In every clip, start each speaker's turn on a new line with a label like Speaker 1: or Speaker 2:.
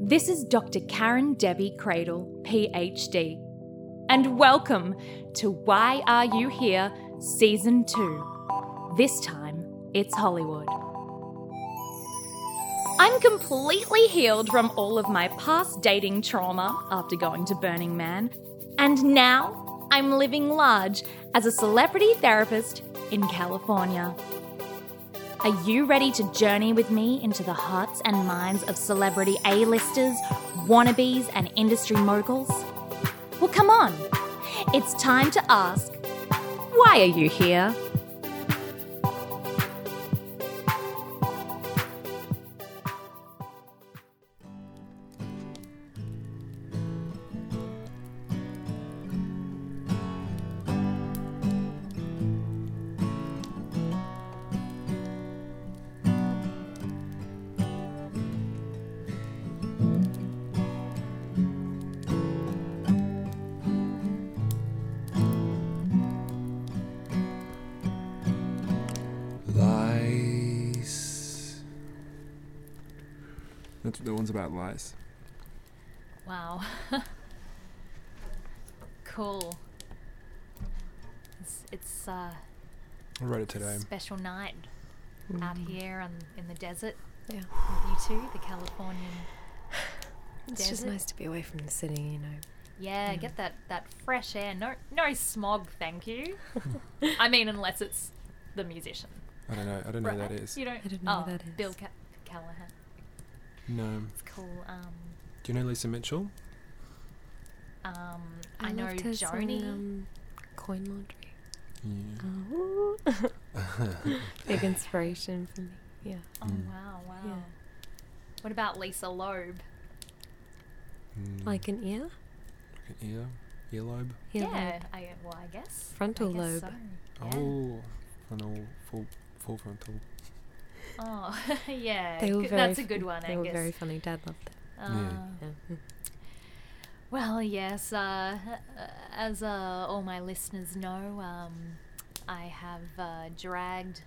Speaker 1: This is Dr. Karen Debbie Cradle, PhD, and welcome to Why Are You Here, Season 2. This time, it's Hollywood. I'm completely healed from all of my past dating trauma after going to Burning Man, and now I'm living large as a celebrity therapist in California. Are you ready to journey with me into the hearts and minds of celebrity A listers, wannabes, and industry moguls? Well, come on. It's time to ask why are you here?
Speaker 2: Lies. That's the one's about lies.
Speaker 1: Wow. cool. It's, it's uh,
Speaker 2: I wrote it today.
Speaker 1: special night out here on, in the desert
Speaker 3: Yeah,
Speaker 1: with you two, the Californian.
Speaker 3: it's just
Speaker 1: Desert.
Speaker 3: nice to be away from the city, you know.
Speaker 1: Yeah, get that, that fresh air. No, no smog, thank you. I mean, unless it's the musician.
Speaker 2: I don't know. I don't know who that
Speaker 1: right?
Speaker 2: is.
Speaker 1: You don't,
Speaker 3: I don't know
Speaker 1: oh,
Speaker 3: who that is.
Speaker 1: Bill Ca- Callahan.
Speaker 2: No.
Speaker 1: It's cool. Um,
Speaker 2: Do you know Lisa Mitchell?
Speaker 1: um, I, know
Speaker 3: loved her song,
Speaker 1: Joni.
Speaker 3: um, coin laundry.
Speaker 2: Yeah.
Speaker 3: Oh, big inspiration for me. Yeah.
Speaker 1: oh,
Speaker 2: Mm.
Speaker 1: wow, wow.
Speaker 3: Yeah.
Speaker 1: What about Lisa Loeb?
Speaker 2: Mm.
Speaker 3: Like an ear?
Speaker 2: ear, earlobe.
Speaker 1: yeah,
Speaker 3: Ear lobe.
Speaker 1: I, well, I guess.
Speaker 3: Frontal
Speaker 1: I guess
Speaker 3: lobe.
Speaker 1: so, yeah.
Speaker 2: Oh, frontal, full, full frontal.
Speaker 1: Oh, yeah.
Speaker 3: They were
Speaker 1: good-
Speaker 3: very
Speaker 1: That's a
Speaker 3: fun-
Speaker 1: good one,
Speaker 3: They
Speaker 1: I
Speaker 3: were
Speaker 1: guess.
Speaker 3: very funny. Dad loved them.
Speaker 1: Uh,
Speaker 3: Yeah. Mm.
Speaker 1: Well, yes. Uh, as uh, all my listeners know, um, I have uh, dragged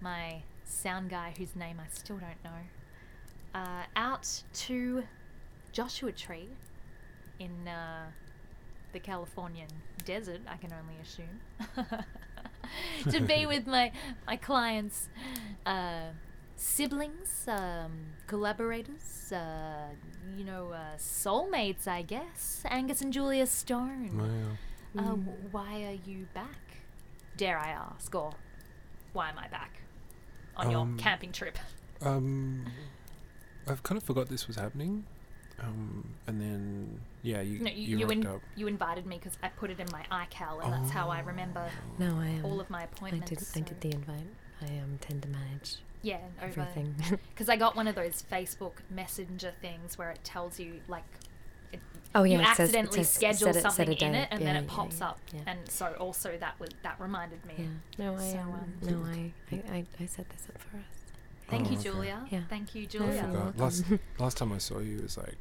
Speaker 1: my sound guy, whose name I still don't know, uh, out to Joshua Tree in uh, the Californian desert. I can only assume to be with my my clients. Uh, siblings, um, collaborators, uh, you know, uh, soulmates, I guess. Angus and Julia Stone.
Speaker 2: Wow.
Speaker 1: Uh, w- why are you back? Dare I ask, or why am I back on
Speaker 2: Um,
Speaker 1: your camping trip?
Speaker 2: Um, I've kind of forgot this was happening. Um, and then yeah, you
Speaker 1: No,
Speaker 2: you,
Speaker 1: you you,
Speaker 2: rocked
Speaker 1: in-
Speaker 2: up. Oh.
Speaker 1: you invited me because I put it in my iCal, and that's how I remember
Speaker 3: No, I am.
Speaker 1: all of my
Speaker 3: I
Speaker 1: appointments.
Speaker 3: did. I did
Speaker 1: so-
Speaker 3: the invite. I um, tend to manage
Speaker 1: yeah, over
Speaker 3: everything.
Speaker 1: because I got one of those Facebook Messenger things where it tells you like it,
Speaker 3: Oh, yeah,
Speaker 1: you
Speaker 3: it says- it
Speaker 1: accidentally
Speaker 3: says
Speaker 1: schedule
Speaker 3: set a- set
Speaker 1: something
Speaker 3: a
Speaker 1: in
Speaker 3: date.
Speaker 1: it and
Speaker 3: Yeah,
Speaker 1: then it
Speaker 3: yeah,
Speaker 1: pops
Speaker 3: yeah,
Speaker 1: up,
Speaker 3: yeah.
Speaker 1: and so also that was that reminded me.
Speaker 3: yeah. No, I
Speaker 1: So,
Speaker 3: am.
Speaker 1: um,
Speaker 3: no, I, I, I. I set this up for us.
Speaker 1: Thank
Speaker 2: Oh,
Speaker 1: you,
Speaker 2: okay.
Speaker 1: Julia.
Speaker 3: Yeah.
Speaker 1: Thank you,
Speaker 3: I
Speaker 2: I
Speaker 3: Yeah.
Speaker 1: Julia.
Speaker 2: forgot. Last last time I saw you was like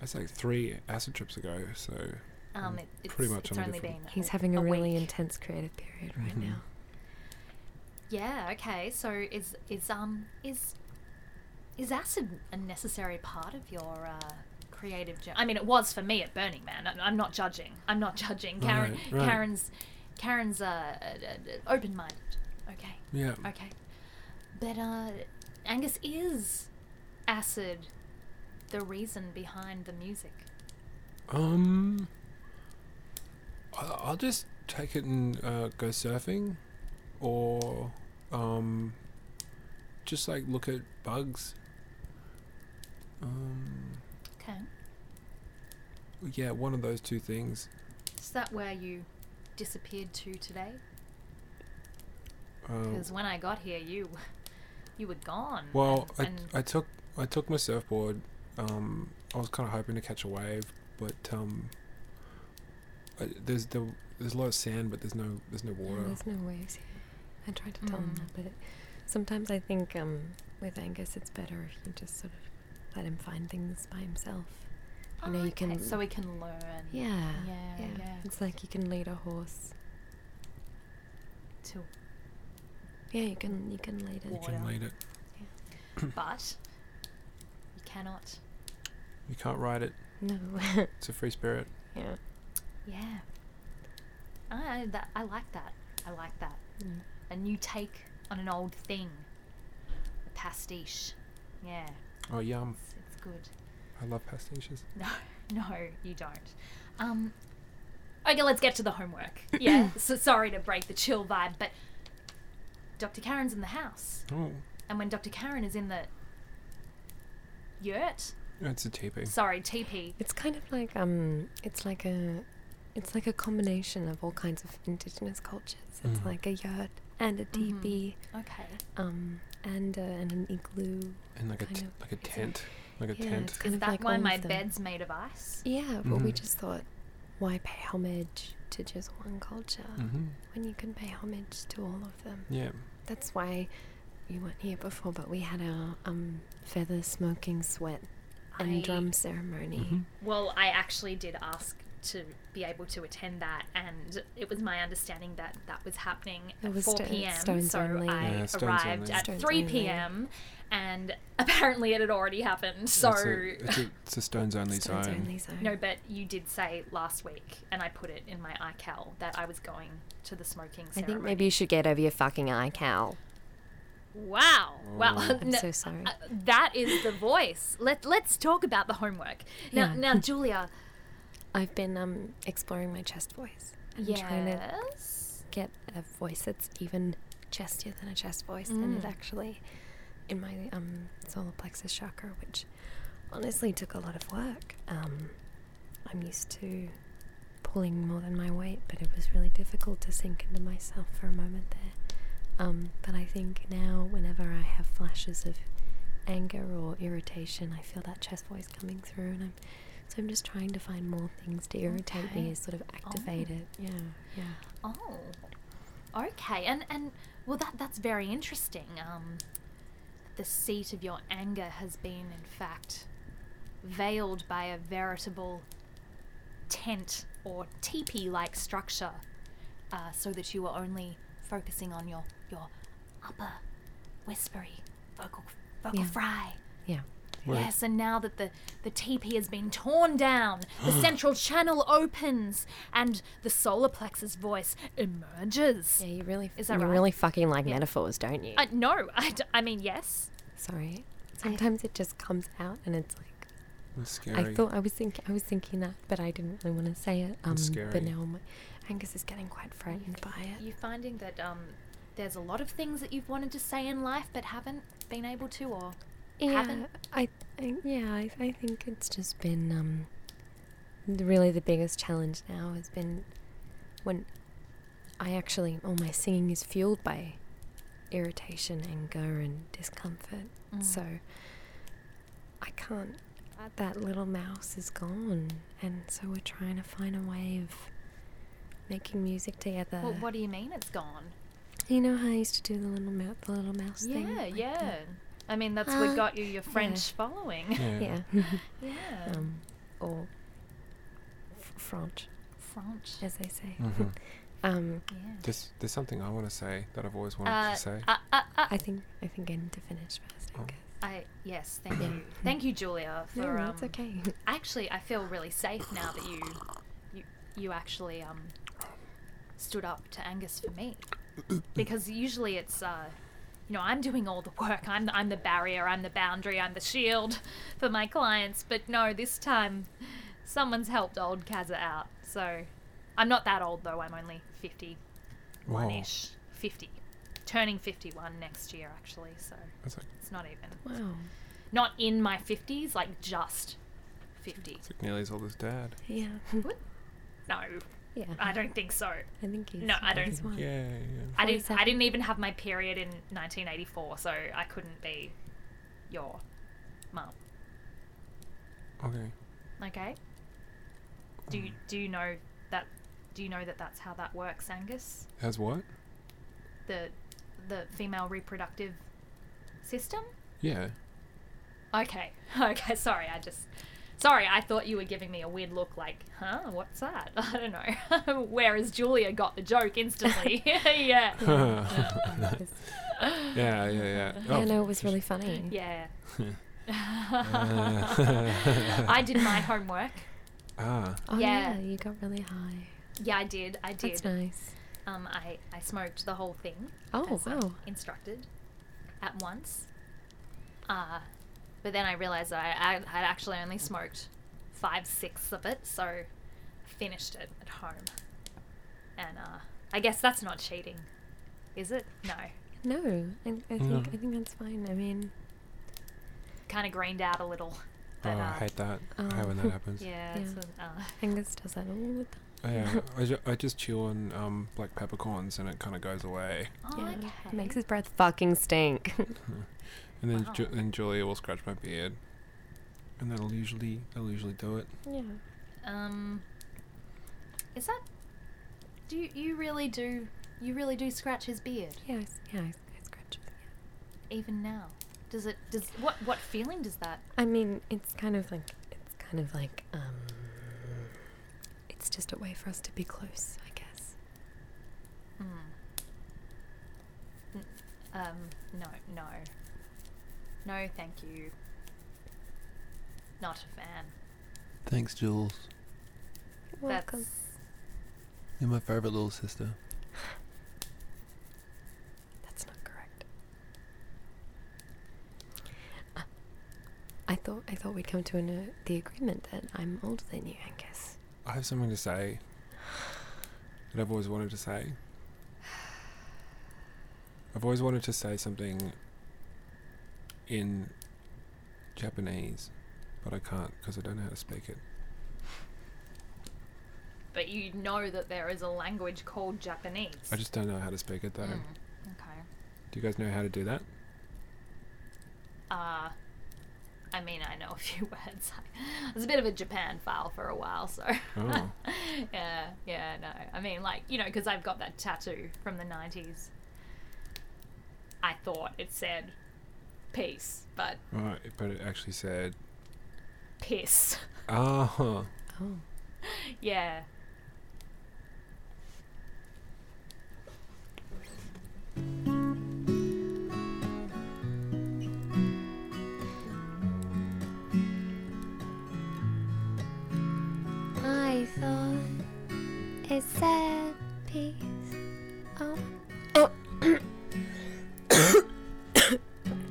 Speaker 2: that's like three acid trips ago. So
Speaker 1: Um, it, it's,
Speaker 2: Pretty much
Speaker 1: it's
Speaker 2: on a
Speaker 1: only been.
Speaker 2: different-
Speaker 3: He's having a, really
Speaker 1: week.
Speaker 3: intense creative period right
Speaker 2: Mhm.
Speaker 3: now.
Speaker 1: Yeah. Okay. So is is um is is acid a necessary part of your uh, creative journey? I mean, it was for me at Burning Man. I, I'm not judging. I'm not judging. Karen.
Speaker 2: Right, right.
Speaker 1: Karen's Karen's uh, uh, uh, open-minded. Okay.
Speaker 2: yeah.
Speaker 1: Okay. But uh, Angus is acid. The reason behind the music.
Speaker 2: Um, I- I'll just take it and uh, go surfing, or um, just like look at bugs. Um,
Speaker 1: Okay.
Speaker 2: yeah, one of those two things.
Speaker 1: Is that where you disappeared to today?
Speaker 2: Uh,
Speaker 1: Because when I got here, you you were gone.
Speaker 2: well, I,
Speaker 1: and, and
Speaker 2: I took I took my surfboard. Um, I was kind of hoping to catch a wave, but um, I, there's the there's a lot of sand, but there's no there's no
Speaker 3: No,
Speaker 2: water.
Speaker 3: there's no waves here. I tried to tell him
Speaker 1: Mm.
Speaker 3: that, but it, sometimes I think um, with Angus, it's better if you just sort of let him find things by himself. You know,
Speaker 1: Oh,
Speaker 3: you
Speaker 1: okay,
Speaker 3: can.
Speaker 1: so we can learn.
Speaker 3: yeah,
Speaker 1: Yeah, yeah.
Speaker 3: It's like you can lead a horse.
Speaker 1: To
Speaker 3: Yeah, you can. You can lead it.
Speaker 2: You can
Speaker 1: Water.
Speaker 2: lead it.
Speaker 1: but you cannot
Speaker 2: You can't ride it.
Speaker 3: No.
Speaker 2: It's a free spirit.
Speaker 3: yeah.
Speaker 1: Yeah. I, that, I like that. I like that.
Speaker 3: Mm.
Speaker 1: A new take on an old thing. A pastiche. Yeah,
Speaker 2: Oh, yum.
Speaker 1: it's, it's good.
Speaker 2: I love pastiches.
Speaker 1: No, no, you don't. Um, okay, let's get to the homework. Yeah, so sorry to break the chill vibe, but Dr. Karen's in the house.
Speaker 2: Oh,
Speaker 1: And when Dr. Karen is in the yurt,
Speaker 2: it's a teepee.
Speaker 1: sorry, teepee.
Speaker 3: It's kind of like um, it's like a, it's like a combination of all kinds of indigenous cultures. It's
Speaker 2: Mhm.
Speaker 3: like a yurt and a
Speaker 1: Mhm.
Speaker 3: teepee,
Speaker 1: Okay.
Speaker 3: um, and uh, and an igloo.
Speaker 2: And like a,
Speaker 3: Kind
Speaker 2: t-
Speaker 3: of.
Speaker 2: like a tent. Like a
Speaker 3: yeah,
Speaker 2: tent.
Speaker 3: it's kind
Speaker 1: Is
Speaker 3: of
Speaker 1: that
Speaker 3: like all
Speaker 1: why
Speaker 3: of
Speaker 1: my
Speaker 3: them.
Speaker 1: bed's made of ice?
Speaker 3: Yeah, but we
Speaker 2: Mhm.
Speaker 3: just thought, why pay homage to just one culture
Speaker 2: Mm-hmm.
Speaker 3: when you can pay homage to all of them?
Speaker 2: Yeah.
Speaker 3: That's why you weren't here before, but we had our um, feather smoking sweat and um,
Speaker 1: I-
Speaker 3: drum ceremony.
Speaker 2: Mhm.
Speaker 1: Well, I actually did ask to be able to attend that, and it was my understanding that that was happening
Speaker 3: It
Speaker 1: at
Speaker 3: was
Speaker 1: 4
Speaker 3: sto-
Speaker 1: p.m.
Speaker 3: stones
Speaker 1: so
Speaker 3: only.
Speaker 1: I
Speaker 2: Yeah, stones
Speaker 1: arrived
Speaker 2: only.
Speaker 1: at
Speaker 3: Stones
Speaker 1: 3
Speaker 3: only.
Speaker 1: p.m. and apparently it had already happened. So
Speaker 2: It's a, it's a, it's a stones only
Speaker 3: Stones
Speaker 2: zone.
Speaker 3: only zone.
Speaker 1: no, but you did say last week, and I put it in my iCal that I was going to the smoking
Speaker 3: I
Speaker 1: ceremony.
Speaker 3: think maybe you should get over your fucking eye, Cal.
Speaker 1: Wow. Well,
Speaker 2: Oh.
Speaker 3: I'm
Speaker 1: no,
Speaker 3: so sorry.
Speaker 1: uh, that is the voice. Let Let's talk about the homework now.
Speaker 3: Yeah.
Speaker 1: Now, Julia.
Speaker 3: I've been um, exploring my chest voice. I'm trying to
Speaker 1: Yes.
Speaker 3: get a voice that's even chestier than a chest voice, and it actually in my um, solar plexus chakra, which honestly took a lot of work. Um, I'm used to pulling more than my weight, but it was really difficult to sink into myself for a moment there. Um, but I think now, whenever I have flashes of anger or irritation, I feel that chest voice coming through, and I'm so I'm just trying to find more things to irritate
Speaker 1: Okay.
Speaker 3: me, sort of activate it. Yeah, yeah.
Speaker 1: Oh, okay. And and well, that that's very interesting. Um, the seat of your anger has been, in fact, veiled by a veritable tent or teepee-like structure, uh, so that you are only focusing on your your upper whispery vocal vocal
Speaker 3: Yeah.
Speaker 1: fry.
Speaker 3: Yeah.
Speaker 2: Right.
Speaker 1: Yes, and now that the, the teepee has been torn down, the central channel opens and the solar plexus voice emerges.
Speaker 3: Yeah, you really
Speaker 1: Is that
Speaker 3: you
Speaker 1: right?
Speaker 3: really fucking like metaphors, don't you?
Speaker 1: Uh, no, I, d- I mean, yes.
Speaker 3: Sorry. Sometimes it just comes out and it's like
Speaker 2: It's scary.
Speaker 3: I thought I was thinking I was thinking that, but I didn't really want to say it. Um
Speaker 2: scary.
Speaker 3: but now my Angus is getting quite frightened by it.
Speaker 1: You finding that um, there's a lot of things that you've wanted to say in life but haven't been able to, or
Speaker 3: Yeah,
Speaker 1: haven't-
Speaker 3: I, I yeah, I, I think it's just been um the- really the biggest challenge now has been when I actually all my singing is fueled by irritation, anger and discomfort.
Speaker 1: Mm.
Speaker 3: So I can't. That little mouse is gone, and so we're trying to find a way of making music together.
Speaker 2: Uh,
Speaker 1: well, what do you mean it's gone?
Speaker 3: you know how I used to do the little mouse, the little mouse thing.
Speaker 1: Yeah,
Speaker 3: Like the-
Speaker 1: yeah. I mean, that's what
Speaker 3: Uh,
Speaker 1: got you your French following.
Speaker 2: Yeah.
Speaker 3: yeah.
Speaker 1: yeah.
Speaker 3: um, or f- French,
Speaker 1: French.
Speaker 3: as they say.
Speaker 2: Mhm.
Speaker 3: um,
Speaker 1: Yeah.
Speaker 2: There's, there's something I want to say that I've always wanted
Speaker 1: Uh,
Speaker 2: to say.
Speaker 1: uh, uh, uh,
Speaker 3: I think I think I need to finish first.
Speaker 2: Oh.
Speaker 3: I guess.
Speaker 1: I yes, thank you, thank you, Julia, for
Speaker 3: No,
Speaker 1: um,
Speaker 3: that's okay.
Speaker 1: Actually, I feel really safe now that you, you, you actually um, stood up to Angus for me, because usually it's uh, you know, I'm doing all the work. I'm I'm the barrier. I'm the boundary. I'm the shield for my clients. But no, this time, someone's helped old Kazza out. So, I'm not that old though. I'm only fifty-one
Speaker 2: Wow.
Speaker 1: ish,
Speaker 3: Oh.
Speaker 1: fifty, turning fifty-one next year actually. So
Speaker 2: That's like,
Speaker 1: it's not even
Speaker 3: Wow.
Speaker 1: not in my 50s, like just 50.
Speaker 2: it's like nearly as old as dad.
Speaker 3: Yeah.
Speaker 1: No,
Speaker 3: yeah.
Speaker 1: I don't think so.
Speaker 3: I think he's.
Speaker 1: No, I don't-
Speaker 3: he's one.
Speaker 2: Yeah, yeah.
Speaker 1: I didn't, I
Speaker 3: 47.
Speaker 1: didn't even have my period in 1984, so I couldn't be your mum.
Speaker 2: Okay.
Speaker 1: Okay? Do you, do you know that do you know that that's how that works, Angus?
Speaker 2: As what?
Speaker 1: The the female reproductive system?
Speaker 2: Yeah.
Speaker 1: Okay. Okay, sorry. I just Sorry, I thought you were giving me a weird look like, "Huh? What's that?" I don't know. Whereas Julia got the joke instantly. yeah.
Speaker 2: yeah,
Speaker 3: Yeah,
Speaker 2: yeah, yeah.
Speaker 3: I
Speaker 2: Oh,
Speaker 3: know it was really funny.
Speaker 1: Yeah. I did my homework.
Speaker 2: Ah,
Speaker 3: Oh,
Speaker 1: Yeah.
Speaker 3: yeah. you got really high.
Speaker 1: Yeah, I did. I did.
Speaker 3: That's nice.
Speaker 1: Um, I, I smoked the whole thing.
Speaker 3: Oh,
Speaker 1: as, uh,
Speaker 3: wow.
Speaker 1: Instructed at once. Uh, but then I realized that I, I had actually only smoked five sixths of it, so finished it at home. And uh, I guess that's not cheating, is it? No.
Speaker 3: No, I, I think
Speaker 2: No.
Speaker 3: I think that's fine. I mean,
Speaker 1: Kind of greened out a little.
Speaker 2: oh,
Speaker 1: But, uh,
Speaker 2: I hate that. I hate when
Speaker 3: um,
Speaker 2: that happens. Oh,
Speaker 1: Yeah.
Speaker 3: Yeah.
Speaker 1: It's an, uh,
Speaker 3: Angus does that all the time.
Speaker 2: Yeah, I, ju- I just chew on um, black peppercorns and it kind of goes away.
Speaker 1: oh,
Speaker 3: Yeah,
Speaker 1: okay.
Speaker 3: it makes his breath fucking stink.
Speaker 2: And then
Speaker 1: Wow.
Speaker 2: Ju- then Julia will scratch my beard, and that'll usually that'll usually do it.
Speaker 3: yeah.
Speaker 1: Um, is that? Do you, you really do? You really do scratch his beard,
Speaker 3: Yeah, I, s- yeah, I, s- I scratch. it, yeah.
Speaker 1: even now. Does it? Does what? What feeling does that?
Speaker 3: I mean, it's kind of like it's kind of like um, it's just a way for us to be close, I guess.
Speaker 1: Mm. N- Um, no, no, no. Thank you. Not a fan.
Speaker 2: Thanks, Jules.
Speaker 3: You're welcome.
Speaker 1: That's
Speaker 2: You're my favorite little sister.
Speaker 3: That's not correct. Uh, I thought I thought we'd come to an, uh, the agreement that I'm older than you, Angus.
Speaker 2: I have something to say that I've always wanted to say. I've always wanted to say something in Japanese, but I can't because I don't know how to speak it.
Speaker 1: but you know that there is a language called Japanese.
Speaker 2: I just don't know how to speak it though.
Speaker 1: Mm, okay.
Speaker 2: Do you guys know how to do that?
Speaker 1: Uh, I mean, I know a few words. I was a bit of a Japan file for a while, so.
Speaker 2: Oh.
Speaker 1: yeah, yeah, no. I mean, like, you know, because I've got that tattoo from the 90s. I thought it said peace, but
Speaker 2: Right, but it actually said,
Speaker 1: piss.
Speaker 2: oh,
Speaker 3: Oh,
Speaker 1: yeah.
Speaker 4: I thought it said peace. Oh,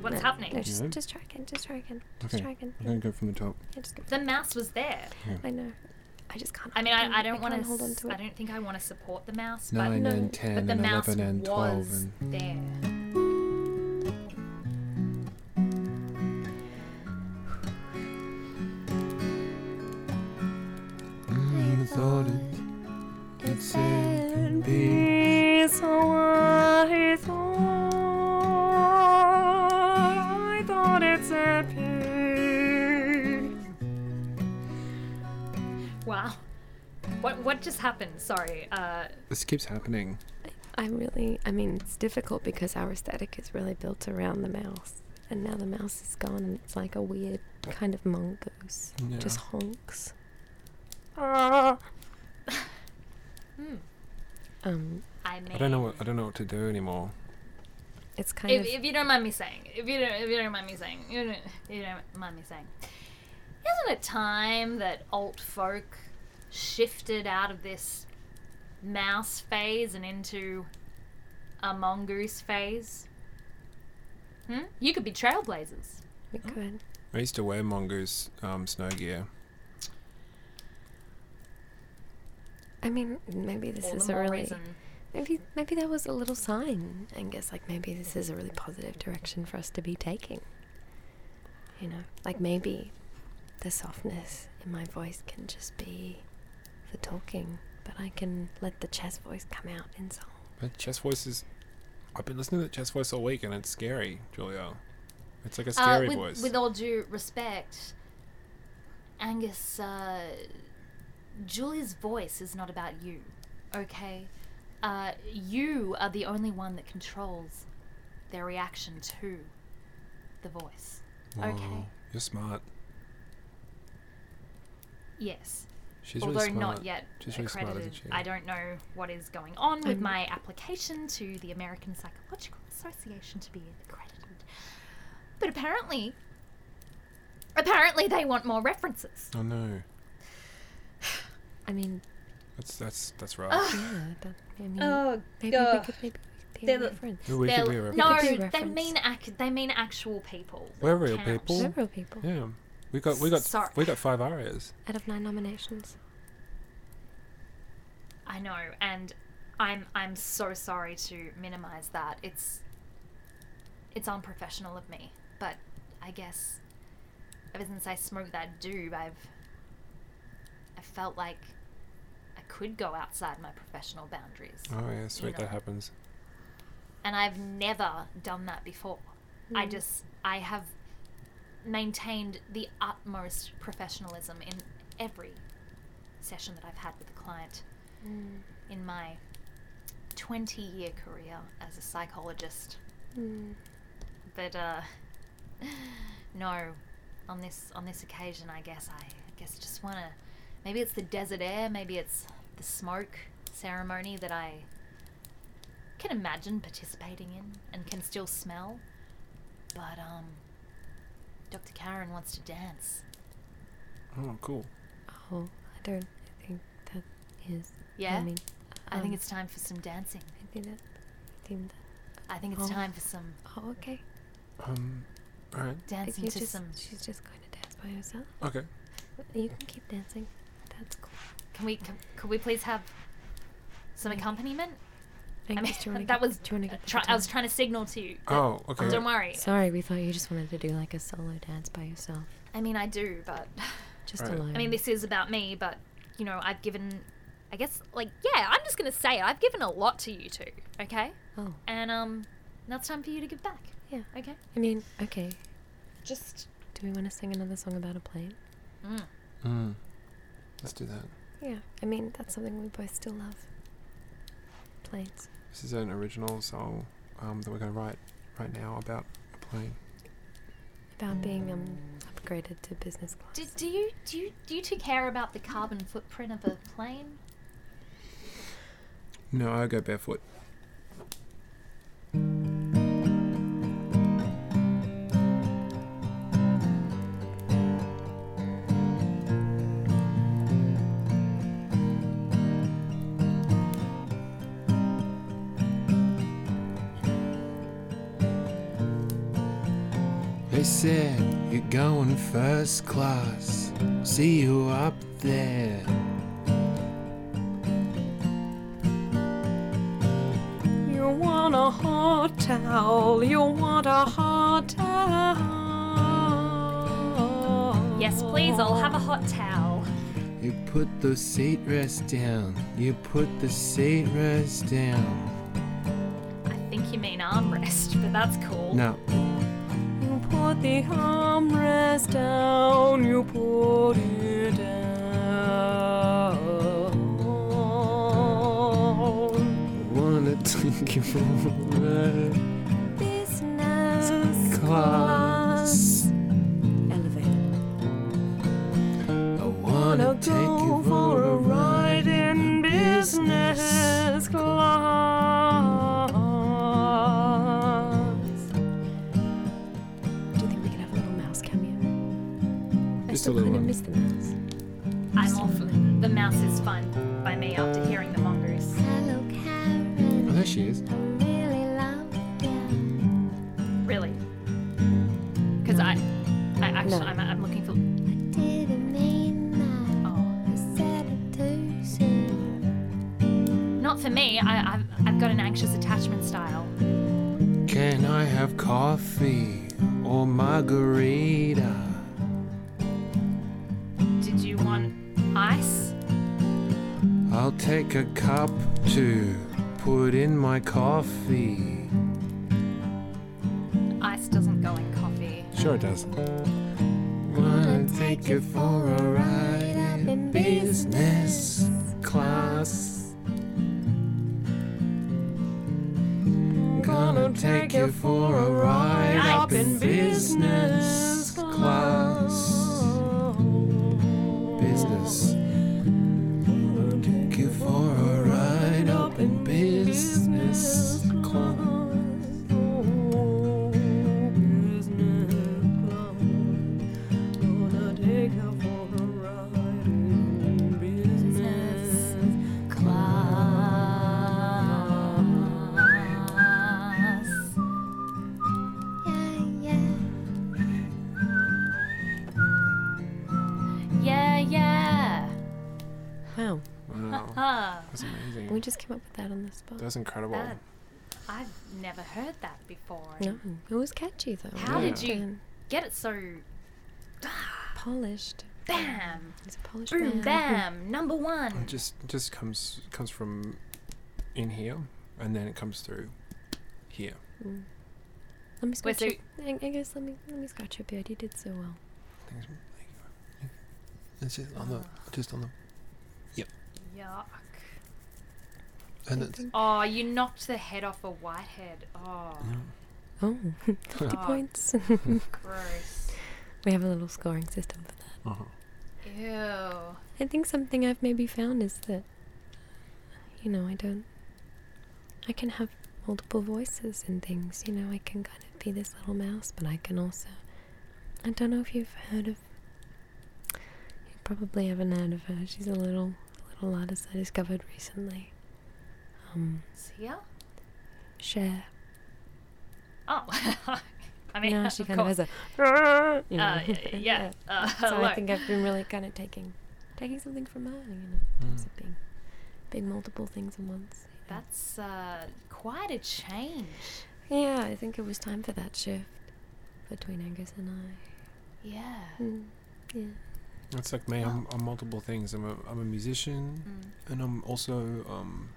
Speaker 1: What's
Speaker 3: no,
Speaker 1: happening?
Speaker 3: No, just,
Speaker 2: Yeah.
Speaker 3: just try again. Just try again. Just
Speaker 2: Okay.
Speaker 3: try again.
Speaker 2: I'm going to go from the top.
Speaker 3: Yeah, just go.
Speaker 1: The mouse was there.
Speaker 3: I know. I just can't.
Speaker 1: I mean,
Speaker 3: hold on-
Speaker 1: I, I don't want
Speaker 3: can't hold on
Speaker 1: to.
Speaker 3: to
Speaker 1: I
Speaker 3: it.
Speaker 1: don't think I want to support the mouse, but,
Speaker 2: 9
Speaker 3: no,
Speaker 2: and
Speaker 3: but
Speaker 2: 10
Speaker 1: but the
Speaker 2: and
Speaker 1: mouse
Speaker 2: 11 and 12
Speaker 1: was
Speaker 2: and...
Speaker 1: there.
Speaker 4: I thought it said peace.
Speaker 3: Peace, oh, I thought, I thought it's a peace.
Speaker 1: Wow. What what just happened? Sorry. Uh,
Speaker 2: This keeps happening.
Speaker 3: I really, I mean, it's difficult because our aesthetic is really built around the mouse. And now the mouse is gone and it's like a weird kind of mongoose.
Speaker 2: Yeah.
Speaker 3: Just honks.
Speaker 1: hmm.
Speaker 3: Um,
Speaker 1: I mean,
Speaker 2: I don't know what I don't know what to do anymore.
Speaker 3: it's kind
Speaker 1: If,
Speaker 3: of.
Speaker 1: if you don't mind me saying, if you don't, if you don't mind me saying, you don't, you don't mind me saying, isn't it time that alt folk shifted out of this mouse phase and into a mongoose phase? Hmm? You could be trailblazers.
Speaker 3: we could.
Speaker 2: I used to wear mongoose um, snow gear.
Speaker 3: I mean, maybe this
Speaker 1: All
Speaker 3: is
Speaker 1: the
Speaker 3: a
Speaker 1: more
Speaker 3: really.
Speaker 1: reason.
Speaker 3: Maybe maybe that was a little sign, I guess. Like maybe this is a really positive direction for us to be taking. You know, like maybe the softness in my voice can just be for talking, but I can let the chest voice come out in song.
Speaker 2: But chest voice is. I've been listening to chest voice all week, and it's scary, Julia. It's like a
Speaker 1: Uh,
Speaker 2: scary
Speaker 1: with,
Speaker 2: voice.
Speaker 1: with all due respect, Angus, uh, Julie's voice is not about you, okay? Uh, you are the only one that controls their reaction to the voice.
Speaker 2: Whoa,
Speaker 1: okay.
Speaker 2: You're smart.
Speaker 1: Yes,
Speaker 2: She's
Speaker 1: although
Speaker 2: really smart.
Speaker 1: not yet
Speaker 2: She's really smart,
Speaker 1: accredited.
Speaker 2: isn't she?
Speaker 1: I don't know what is going on with
Speaker 3: I'm-
Speaker 1: my application to the American Psychological Association to be accredited, but apparently, Apparently, they want more references.
Speaker 5: Oh no,
Speaker 3: I mean,
Speaker 5: that's that's that's right.
Speaker 3: yeah, but I mean,
Speaker 1: Oh,
Speaker 3: maybe we
Speaker 1: God.
Speaker 3: could maybe be
Speaker 1: They're
Speaker 3: a
Speaker 1: the-
Speaker 3: reference.
Speaker 5: Maybe we could be a
Speaker 1: They're-
Speaker 5: reference.
Speaker 1: no,
Speaker 3: It could be a
Speaker 1: they
Speaker 3: reference.
Speaker 1: mean ac- they mean actual people. that
Speaker 5: We're real
Speaker 1: count.
Speaker 5: people.
Speaker 3: Several people
Speaker 5: Yeah, we got we got
Speaker 1: Sorry.
Speaker 5: we got five arias.
Speaker 3: out of nine nominations.
Speaker 1: I know, and I'm I'm so sorry to minimize that. It's it's unprofessional of me, but I guess ever since I smoked that doob, I've I felt like I could go outside my professional boundaries,
Speaker 5: Oh yeah, sweet,
Speaker 1: know.
Speaker 5: that happens.
Speaker 1: and I've never done that before. I just I have maintained the utmost professionalism in every session that I've had with a client. Hmm. in my 20 year career as a psychologist.
Speaker 3: Hmm.
Speaker 1: But uh no, on this on this occasion I guess I, I guess I just want to maybe it's the desert air, maybe it's the smoke ceremony that I can imagine participating in and can still smell. But um Dr. Karen wants to dance.
Speaker 5: Oh cool.
Speaker 3: Oh, I don't think that is.
Speaker 1: Yeah.
Speaker 3: I mean,
Speaker 1: I think
Speaker 3: um,
Speaker 1: it's time for some dancing.
Speaker 3: I think that. I think
Speaker 1: I think it's
Speaker 3: Oh.
Speaker 1: time for some
Speaker 3: that. Oh, okay.
Speaker 5: Um, all right.
Speaker 3: If
Speaker 1: dancing
Speaker 3: you
Speaker 1: to
Speaker 3: just,
Speaker 1: some
Speaker 3: she's just going to dance by herself.
Speaker 2: Oh.
Speaker 5: Okay.
Speaker 3: You can keep dancing. That's cool.
Speaker 1: Can we? Can, could we please have some accompaniment?
Speaker 3: I
Speaker 1: mean,
Speaker 3: guess, do you wanna
Speaker 1: that
Speaker 3: get-
Speaker 1: was-
Speaker 3: Do you want to get
Speaker 1: Try,
Speaker 3: the
Speaker 1: I was
Speaker 3: guitar?
Speaker 1: trying to signal to you.
Speaker 5: Oh okay.
Speaker 1: Don't worry.
Speaker 3: Sorry, we thought you just wanted to do like a solo dance by yourself,
Speaker 1: I mean, I do, but
Speaker 3: just
Speaker 5: Right. I
Speaker 3: alone.
Speaker 1: I mean, this is about me. But you know, I've given. I guess, like, yeah, I'm just gonna say I've given a lot to you two. Okay.
Speaker 3: Oh,
Speaker 1: And um, now it's time for you to give back.
Speaker 3: yeah.
Speaker 1: Okay.
Speaker 3: I mean, okay.
Speaker 1: Just.
Speaker 3: Do we want to sing another song about a plane?
Speaker 1: Mm.
Speaker 5: Mm. Let's do that.
Speaker 3: Yeah. I mean, that's something we both still love. Planes.
Speaker 5: This is an original song um, that we're going to write right now about a plane.
Speaker 3: About being um upgraded to business class.
Speaker 1: Do, do you do you do you two care about the carbon footprint of a plane?
Speaker 5: No, I go barefoot. They said you're going first class. See you up there.
Speaker 6: You want a hot towel, you want a hot towel.
Speaker 1: Yes, please. I'll have a hot towel.
Speaker 5: You put the seat rest down. You put the seat rest down.
Speaker 1: I think you mean armrest, but that's cool.
Speaker 5: No,
Speaker 6: You put the armrest down, you put it down.
Speaker 5: I wanna take you for a ride.
Speaker 6: Business
Speaker 5: class.
Speaker 6: class. Elevator.
Speaker 5: I
Speaker 6: Wanna
Speaker 5: wanna take
Speaker 6: go
Speaker 5: you
Speaker 6: for a ride in business class.
Speaker 3: Do you think we could have a little mouse cameo? I
Speaker 5: Just a
Speaker 3: still
Speaker 5: little
Speaker 3: kind of
Speaker 5: one.
Speaker 3: miss the mouse.
Speaker 1: I'm off. The mouse is fine by me after hearing the mongoose.
Speaker 7: Hello,
Speaker 5: Oh,
Speaker 7: Karen.
Speaker 5: there she is.
Speaker 7: I really love you.
Speaker 1: Really. Because I, I actually,
Speaker 3: No.
Speaker 1: I'm, I'm looking for.
Speaker 7: I didn't mean that.
Speaker 1: Oh,
Speaker 7: I said it too soon.
Speaker 1: not for me. I, I've, I've got an anxious attachment style.
Speaker 5: Can I have coffee or margarita?
Speaker 1: Did you want ice?
Speaker 5: I'll take a cup to put in my coffee.
Speaker 1: Ice doesn't go in coffee.
Speaker 5: Sure it does. Wanna take you for a ride
Speaker 7: up
Speaker 5: in
Speaker 7: in
Speaker 5: business class. Gonna take you for a ride up in business class. Business. Gonna take you for a ride up in business class.
Speaker 6: Business class.
Speaker 3: came up with that on the spot.
Speaker 2: That's incredible.
Speaker 1: That- I've never heard that before.
Speaker 3: No, it was catchy though.
Speaker 1: How
Speaker 2: did
Speaker 1: you-
Speaker 3: And
Speaker 1: Get it so
Speaker 3: polished?
Speaker 1: bam,
Speaker 3: He's a polished
Speaker 1: boom,
Speaker 3: man.
Speaker 1: bam, number
Speaker 2: It
Speaker 1: one.
Speaker 2: just just comes comes from in here, and then it comes through here.
Speaker 3: Let me
Speaker 1: Wait,
Speaker 3: scratch.
Speaker 1: so-
Speaker 3: your, I, I guess let me let me scratch your beard. You did so well.
Speaker 2: Thanks. Thank you. It's just on the just on the
Speaker 1: Yuck.
Speaker 2: and it's
Speaker 1: Oh, you knocked the head off a whitehead. Oh,
Speaker 3: Oh, 50
Speaker 1: Oh.
Speaker 3: points.
Speaker 1: gross.
Speaker 3: we have a little scoring system for that.
Speaker 2: uh
Speaker 1: Ew.
Speaker 3: I think something I've maybe found is that, you know, I don't. I can have multiple voices and things. You know, I can kind of be this little mouse, but I can also. I don't know if you've heard of. You probably haven't heard of her. She's a little, little artist I discovered recently. Um,
Speaker 1: Sia?
Speaker 3: Cher.
Speaker 1: Oh. I mean,
Speaker 3: now she
Speaker 1: of
Speaker 3: kind of
Speaker 1: course.
Speaker 3: has a. you know.
Speaker 1: Uh, yeah. yeah. Uh,
Speaker 3: So I
Speaker 1: look.
Speaker 3: think I've been really kind of taking, taking something from her. You know,
Speaker 2: Mm.
Speaker 3: being, being multiple things at once. you know.
Speaker 1: That's uh, quite a change.
Speaker 3: Yeah, I think it was time for that shift between Angus and I.
Speaker 1: Yeah.
Speaker 3: Mm, yeah.
Speaker 2: It's like me. I'm, I'm multiple things. I'm a, I'm a musician,
Speaker 1: Mm,
Speaker 2: and I'm also um,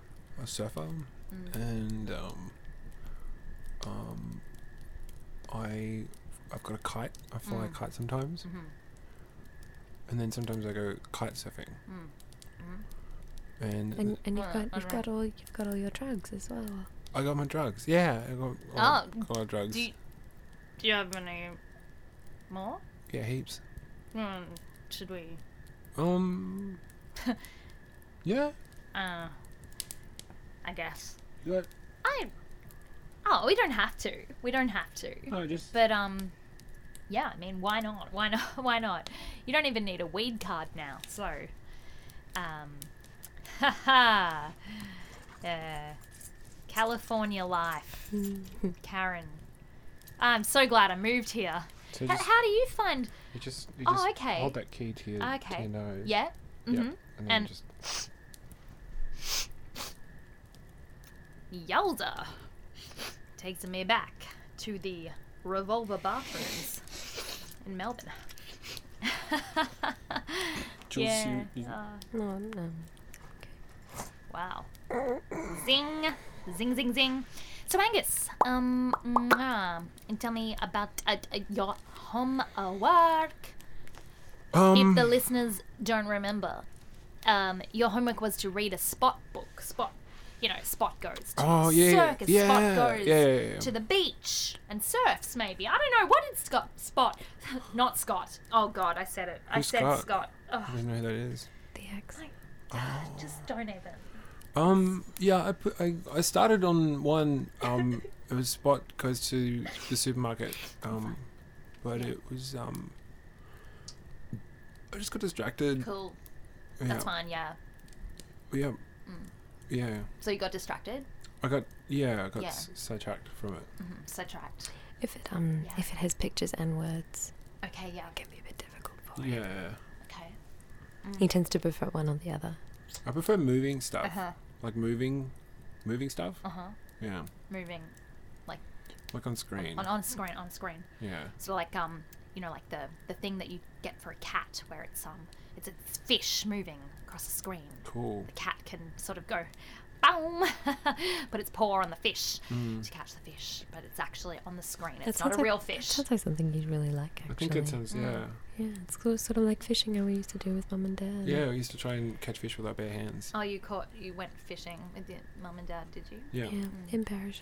Speaker 2: a surfer,
Speaker 1: mm.
Speaker 2: and um, um, I I've got a kite. I fly a
Speaker 1: Mm.
Speaker 2: kite sometimes,
Speaker 1: Mhm,
Speaker 2: and then sometimes I go kite surfing.
Speaker 1: mm, mhm.
Speaker 2: And,
Speaker 3: And, and you've
Speaker 1: Well,
Speaker 3: got you've
Speaker 1: alright.
Speaker 3: got all you've got all your drugs as well.
Speaker 2: I got my drugs. Yeah, I got
Speaker 1: Oh,
Speaker 2: got my drugs.
Speaker 1: Do you, do you have any more?
Speaker 2: yeah, heaps.
Speaker 1: Mm, should we?
Speaker 2: Um. yeah.
Speaker 1: Uh, I guess.
Speaker 2: Yeah.
Speaker 1: I. Oh, we don't have to. We don't have to.
Speaker 2: No, just
Speaker 1: But um, yeah. I mean, why not? Why not? Why not? You don't even need a weed card now. So, um, haha. uh, California life, Karen. I'm so glad I moved here.
Speaker 2: so
Speaker 1: H-
Speaker 2: just,
Speaker 1: how do you find?
Speaker 2: you just you
Speaker 1: Oh,
Speaker 2: just
Speaker 1: okay.
Speaker 2: hold that key to your, to
Speaker 1: Okay.
Speaker 2: your nose.
Speaker 1: Yeah.
Speaker 2: Yep,
Speaker 1: Mhm.
Speaker 2: And then
Speaker 1: And-
Speaker 2: just
Speaker 1: Yelda takes me back to the revolver bathrooms in Melbourne.
Speaker 2: Jules,
Speaker 1: yeah.
Speaker 2: you- you-
Speaker 1: uh,
Speaker 3: No, no.
Speaker 1: wow. Zing, zing, zing, zing. So Angus, um, mwah, and tell me about uh, uh, your homework.
Speaker 2: um.
Speaker 1: if the listeners don't remember, um, your homework was to read a spot book. Spot, you know, spot goes to
Speaker 2: Oh
Speaker 1: the
Speaker 2: yeah,
Speaker 1: circus.
Speaker 2: yeah,
Speaker 1: spot goes
Speaker 2: yeah, yeah, yeah.
Speaker 1: to the beach and surfs. Maybe I don't know. What did Scott? Spot, not Scott. Oh God, I said it. I
Speaker 2: Who's
Speaker 1: said
Speaker 2: Scott?
Speaker 1: Scott.
Speaker 2: I
Speaker 1: Ugh,
Speaker 2: don't know who that is.
Speaker 3: The ex.
Speaker 1: Just don't even.
Speaker 2: Um, yeah, I put I, I started on one. Um, it was spot goes to the supermarket. Um, but it was um. I just got distracted.
Speaker 1: Cool.
Speaker 2: yeah.
Speaker 1: That's fine. Mm. Yeah.
Speaker 2: Yeah. Yeah.
Speaker 1: So you got distracted.
Speaker 2: I got yeah, I got
Speaker 1: Yeah.
Speaker 2: s- sidetracked from it.
Speaker 1: Mm, Sidetracked.
Speaker 3: If it um
Speaker 1: Yeah.
Speaker 3: if it has pictures and words,
Speaker 1: Okay. Yeah.
Speaker 3: it can be a bit difficult for him.
Speaker 2: Yeah.
Speaker 1: Okay.
Speaker 3: He tends to prefer one or the other.
Speaker 2: I prefer moving stuff.
Speaker 1: Uh huh.
Speaker 2: Like moving moving stuff.
Speaker 1: Uh huh.
Speaker 2: Yeah.
Speaker 1: Moving
Speaker 2: Like on screen.
Speaker 1: on on screen. On screen.
Speaker 2: yeah.
Speaker 1: So like um, you know, like the the thing that you get for a cat, where it's um, it's a fish moving across the screen.
Speaker 2: Cool.
Speaker 1: The cat can sort of go, boom, put its paw on the fish
Speaker 2: Mm.
Speaker 1: to catch the fish, but it's actually on the screen. It's not a
Speaker 3: like,
Speaker 1: real
Speaker 3: that
Speaker 1: fish.
Speaker 3: sounds like something you'd really like,
Speaker 2: I
Speaker 3: actually.
Speaker 2: think it
Speaker 1: Oh.
Speaker 2: sounds yeah.
Speaker 3: Yeah, it's sort of- sort of like fishing I we used to do with mum and dad.
Speaker 2: Yeah, we used to try and catch fish with our bare hands.
Speaker 1: Oh, you caught, you went fishing with your mum and dad, did you?
Speaker 2: Yeah.
Speaker 3: Yeah, in Parish.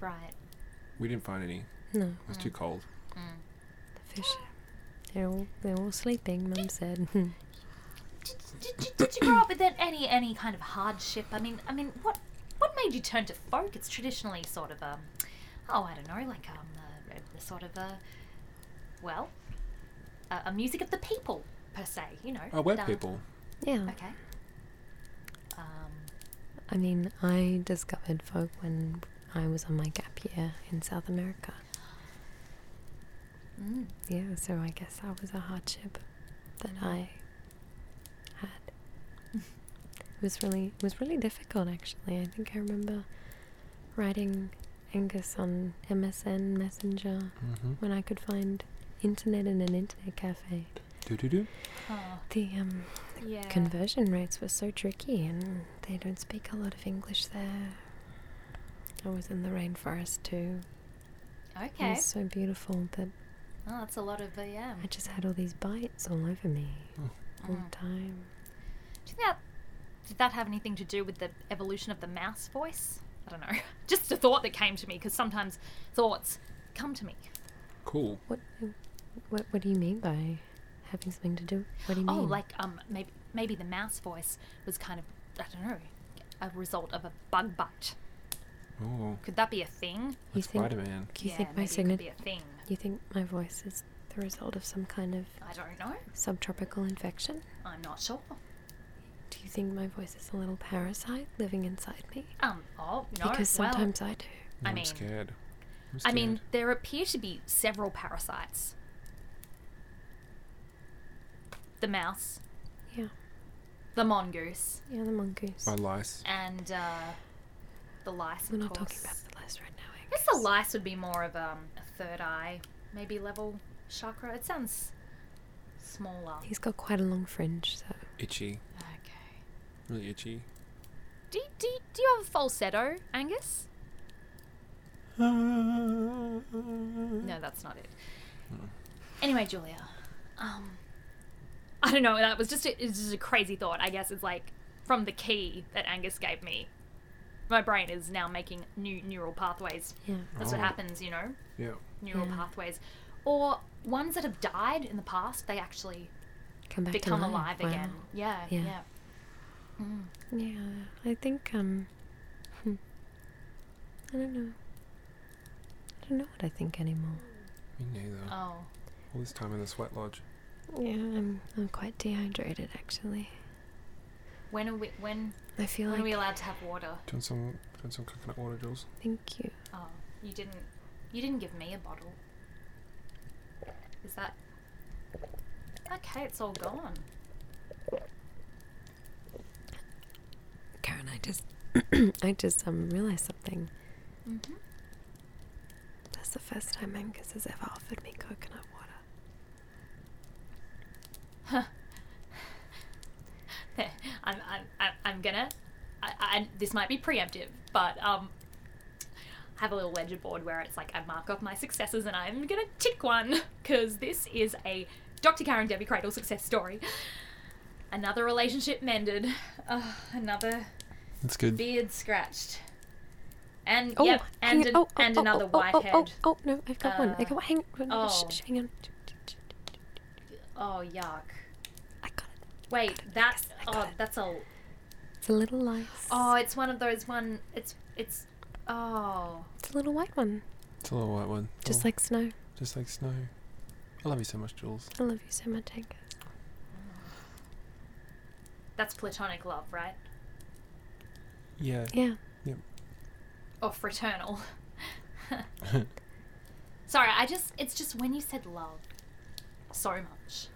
Speaker 1: Right.
Speaker 2: We didn't find any.
Speaker 3: No,
Speaker 2: It was too
Speaker 1: Oh.
Speaker 2: cold.
Speaker 1: Mm.
Speaker 3: the fish. They're all, they're all sleeping, mum said.
Speaker 1: Did, did, did, did you grow up with that, any any kind of hardship? I mean, I mean, what what made you turn to folk? It's traditionally sort of um, oh, I don't know, like um, a, a sort of a well, a, a music of the people per se, you know.
Speaker 2: Oh, we're
Speaker 1: the-
Speaker 2: people.
Speaker 3: yeah.
Speaker 1: Okay. Um,
Speaker 3: I mean, I discovered folk when I was on my gap year in South America.
Speaker 1: mm,
Speaker 3: Yeah, so I guess that was a hardship that I had. It was really it was really difficult actually. I think I remember writing Angus on MSN Messenger
Speaker 2: Mm-hmm.
Speaker 3: when I could find internet in an internet cafe.
Speaker 2: Do do do.
Speaker 1: Oh,
Speaker 3: The um
Speaker 1: yeah.
Speaker 3: conversion rates were so tricky and they don't speak a lot of English there. I was in the rainforest too. It
Speaker 1: okay.
Speaker 3: was so beautiful that
Speaker 1: Oh, that's a lot of VM.
Speaker 3: I just had all these bites all over me
Speaker 2: Oh.
Speaker 3: all
Speaker 1: Mm.
Speaker 3: the time.
Speaker 1: Do you think that did that have anything to do with the evolution of the mouse voice? I don't know. Just a thought that came to me because sometimes thoughts come to me.
Speaker 2: Cool.
Speaker 3: What, um, what what do you mean by having something to do? What do you
Speaker 1: Oh,
Speaker 3: mean?
Speaker 1: like um, maybe maybe the mouse voice was kind of I don't know a result of a bug bite.
Speaker 2: Oh,
Speaker 1: Could that be a thing?
Speaker 3: you
Speaker 2: like
Speaker 3: think
Speaker 2: Spider Man.
Speaker 3: do you
Speaker 1: yeah,
Speaker 3: think my
Speaker 1: maybe it could
Speaker 3: signature
Speaker 1: be a thing.
Speaker 3: you think my voice is the result of some kind of
Speaker 1: I don't know.
Speaker 3: subtropical infection?
Speaker 1: I'm not sure.
Speaker 3: Do you think my voice is a little parasite living inside me?
Speaker 1: Um. Oh no.
Speaker 3: because
Speaker 1: well,
Speaker 3: sometimes I do.
Speaker 1: I
Speaker 2: I'm
Speaker 1: mean-
Speaker 2: scared. I'm
Speaker 1: I mean,
Speaker 2: scared.
Speaker 1: there appear to be several parasites. The mouse,
Speaker 3: Yeah.
Speaker 1: the mongoose,
Speaker 3: Yeah, the mongoose.
Speaker 2: by lice.
Speaker 1: and uh, the lice.
Speaker 3: We're
Speaker 1: of
Speaker 3: not
Speaker 1: course.
Speaker 3: talking about the list right now.
Speaker 1: I guess the lice would be more of um, a third eye, maybe level chakra. It sounds smaller.
Speaker 3: He's got quite a long fringe, so
Speaker 2: Itchy.
Speaker 1: Okay.
Speaker 2: Really itchy.
Speaker 1: Do you, do, you, do you have a falsetto, Angus? No, that's not it. Anyway, Julia, um, I don't know. That was just a, it's just a crazy thought. I guess it's like from the key that Angus gave me. My brain is now making new neural pathways.
Speaker 3: yeah.
Speaker 1: That's what
Speaker 2: Oh.
Speaker 1: happens, you know,
Speaker 2: Yeah.
Speaker 1: neural
Speaker 3: Yeah.
Speaker 1: pathways, or ones that have died in the past. They actually
Speaker 3: Come back
Speaker 1: become
Speaker 3: to
Speaker 1: alive
Speaker 3: life. wow.
Speaker 1: again. Yeah, yeah. Mm.
Speaker 3: Yeah. Yeah, I think um, hmm. I don't know. I don't know what I think anymore.
Speaker 2: Me neither.
Speaker 1: Oh,
Speaker 2: All this time in the sweat lodge.
Speaker 3: Yeah, I'm I'm quite dehydrated actually.
Speaker 1: when are we? When
Speaker 3: I feel
Speaker 1: when are we
Speaker 3: like.
Speaker 1: allowed to have water?
Speaker 2: Doing some, doing some coconut water, Jules.
Speaker 3: Thank you.
Speaker 1: Oh, you didn't. You didn't give me a bottle. Is that okay? It's all gone.
Speaker 3: Karen, I just I just um realized something.
Speaker 1: Mm-hmm.
Speaker 3: That's the first time Angus has ever offered me coconut water.
Speaker 1: I'm, I'm, I'm, I'm gonna. I, I, this might be preemptive, but um, I have a little ledger board where it's like I mark off my successes and I'm gonna tick one because this is a Dr. Karen Debbie Cradle success story. Another relationship mended. Ugh, another
Speaker 2: That's good.
Speaker 1: beard scratched. And
Speaker 3: Oh,
Speaker 1: yep, and,
Speaker 3: hang on.
Speaker 1: an-
Speaker 3: oh, oh,
Speaker 1: and
Speaker 3: oh,
Speaker 1: another
Speaker 3: oh,
Speaker 1: white
Speaker 3: oh,
Speaker 1: head.
Speaker 3: Oh, oh, no, I've got one.
Speaker 1: Uh,
Speaker 3: I got one. Hang on.
Speaker 1: oh.
Speaker 3: Shh, shh, hang on.
Speaker 1: Oh yuck!
Speaker 3: I got it.
Speaker 1: Wait, that
Speaker 3: I got
Speaker 1: oh
Speaker 3: it.
Speaker 1: that's a
Speaker 3: It's a little lice.
Speaker 1: oh it's one of those one it's it's oh
Speaker 3: It's a little white one,
Speaker 2: It's a little white one.
Speaker 3: just
Speaker 2: Oh,
Speaker 3: like snow.
Speaker 2: just like snow. I love you so much, Jules.
Speaker 3: I love you so much, Angus.
Speaker 1: that's platonic love right
Speaker 2: Yeah.
Speaker 3: Yeah.
Speaker 1: or Oh, fraternal. Sorry, I just it's just when you said love so much.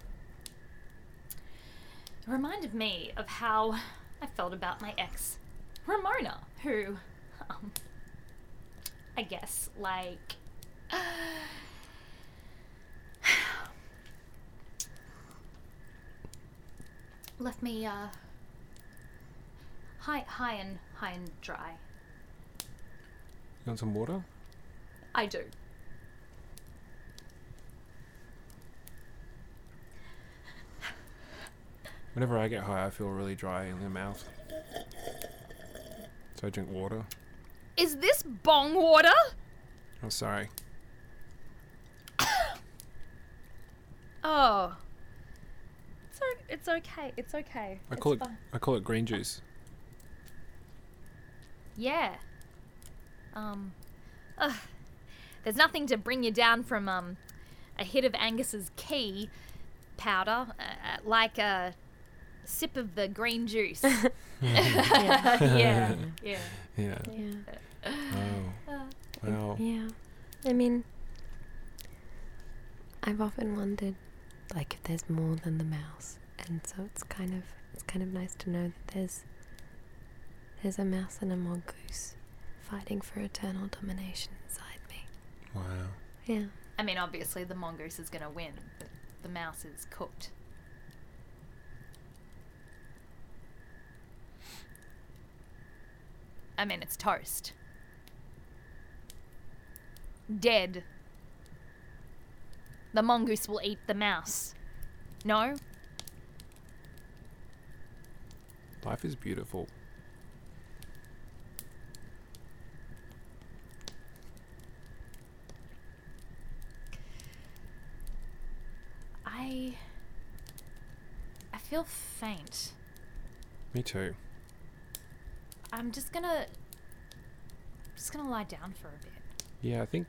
Speaker 1: It reminded me of how I felt about my ex, Ramona, who, um, I guess, like, left me uh, high, high and high and dry.
Speaker 2: You want some water?
Speaker 1: I do.
Speaker 2: Whenever I get high, I feel really dry in the mouth. So I drink water.
Speaker 1: Is this bong water?
Speaker 2: I'm sorry.
Speaker 1: Oh. It's, o- it's okay. It's okay.
Speaker 2: I call it.
Speaker 1: It's fine.
Speaker 2: I call it green juice.
Speaker 1: Yeah. Um. Ugh. There's nothing to bring you down from um a hit of Angus's key powder, uh, uh, like a sip of the green juice. yeah. Yeah.
Speaker 2: Yeah.
Speaker 3: Yeah.
Speaker 2: Oh. Wow.
Speaker 3: Yeah. I mean, I've often wondered, like, if there's more than the mouse, and so it's kind of it's kind of nice to know that there's There's a mouse and a mongoose fighting for eternal domination inside me.
Speaker 2: Wow.
Speaker 3: Yeah.
Speaker 5: I mean, obviously the mongoose is going to win, but the mouse is cooked. I mean, it's toast. Dead. The mongoose will eat the mouse. No?
Speaker 2: Life is beautiful.
Speaker 5: I. I feel faint.
Speaker 2: Me too.
Speaker 5: I'm just gonna. Just gonna lie down for a bit.
Speaker 2: Yeah, I think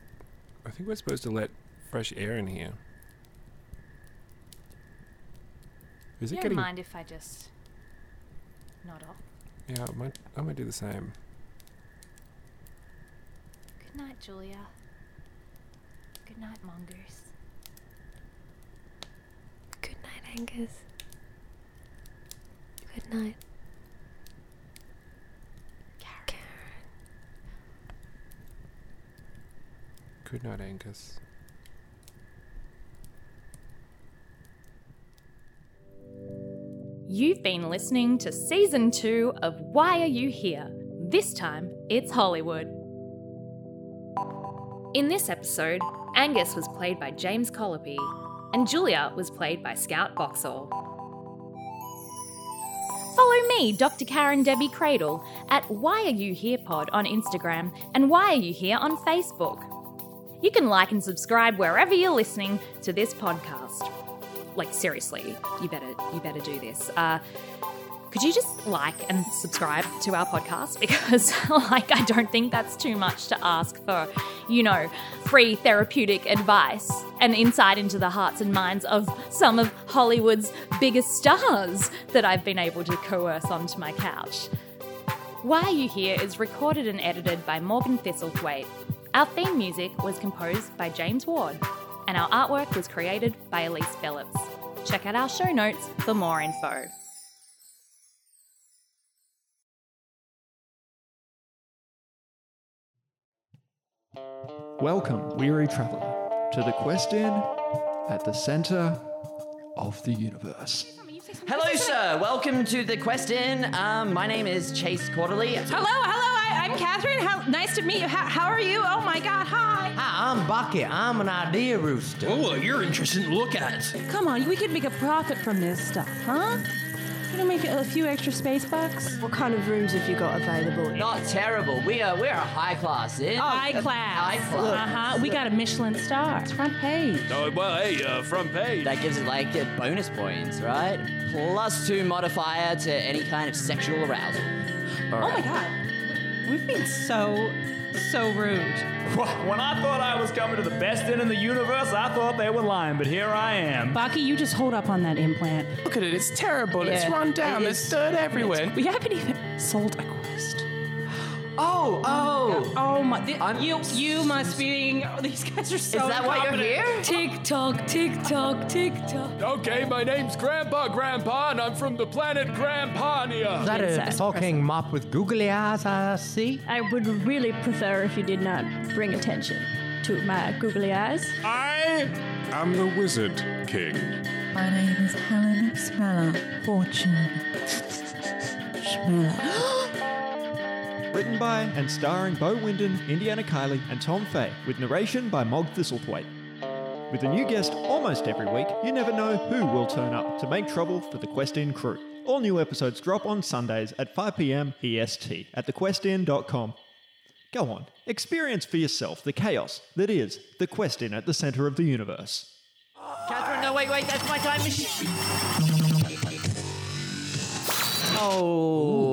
Speaker 2: I think we're supposed to let fresh air in here. Is
Speaker 5: you
Speaker 2: it
Speaker 5: don't
Speaker 2: getting
Speaker 5: mind if I just nod off?
Speaker 2: Yeah, I might I might do the same.
Speaker 5: Good night, Julia. Good night, mongoose.
Speaker 3: Good night, Angus. Good night. Karen.
Speaker 2: Good night, Angus.
Speaker 1: You've been listening to season two of Why Are You Here? This time, it's Hollywood. In this episode, Angus was played by James Colopy, and Julia was played by Scout Boxall. Follow me, Dr. Karen Debbie Cradle, at Why Are You Here Pod on Instagram and Why Are You Here on Facebook. You can like and subscribe wherever you're listening to this podcast like seriously, you better you better do this. Uh, could you just like and subscribe to our podcast because like I don't think that's too much to ask for, you know, free therapeutic advice and insight into the hearts and minds of some of Hollywood's biggest stars that I've been able to coerce onto my couch. Why You Here is recorded and edited by Morgan Thistlethwaite. Our theme music was composed by James Ward, and our artwork was created by Elise Phillips. Check out our show notes for more info.
Speaker 8: Welcome, weary traveler, to the quest inn at the center of the universe.
Speaker 9: Hello, sir. Welcome to the Quest Inn. Um, my name is Chase Quarterly.
Speaker 10: Hello, hello. I, I'm Catherine. How, nice to meet you. How, how are you? Oh my God. Hi.
Speaker 9: Hi, I'm Bucky. I'm an idea rooster.
Speaker 11: Oh, you're interesting to look at.
Speaker 10: Uh, Come on, we could make a profit from this stuff, huh? You know, make a few extra space bucks.
Speaker 12: What kind of rooms have you got available?
Speaker 9: Not terrible. We are we're a high class inn.
Speaker 10: High class.
Speaker 9: High class.
Speaker 10: Uh huh. We got a Michelin star. It's front page.
Speaker 11: Oh, well, hey, uh, front page.
Speaker 9: That gives it like uh, bonus points, right? Plus two modifier to any kind of sexual arousal.
Speaker 10: Oh my God. We've been so, so rude.
Speaker 13: When I thought I was coming to the best inn in the universe, I thought they were lying, but here I am.
Speaker 10: Baki, you just hold up on that implant.
Speaker 14: Look at it, it's terrible, it's
Speaker 10: Yeah,
Speaker 14: run down, there's dirt everywhere.
Speaker 10: We haven't even sold a quest.
Speaker 9: Oh, oh.
Speaker 10: Oh my! thi-
Speaker 9: I'm-
Speaker 10: you you must be being. oh, these guys are so.
Speaker 9: Is that why you're here?
Speaker 10: Tick tock, tick tock, tick tock.
Speaker 2: Okay, my name's Grandpa Grandpa, and I'm from the planet Grampania.
Speaker 9: that a talking mop with googly eyes I see?
Speaker 12: I would really prefer if you did not bring attention to my googly eyes.
Speaker 11: I am the Wizard King.
Speaker 12: My name is Helen Smeller, fortune Smeller.
Speaker 8: Written by and starring Bo Wyndon, Indiana Kiley, and Tom Fay, with narration by Mog Thistlethwaite. With a new guest almost every week, you never know who will turn up to make trouble for the Quest Inn crew. All new episodes drop on Sundays at 5pm EST E at thequestinn.com. Go on, experience for yourself the chaos that is the Quest Inn at the center of the universe.
Speaker 9: Catherine, no, wait, wait, that's my time machine. Oh.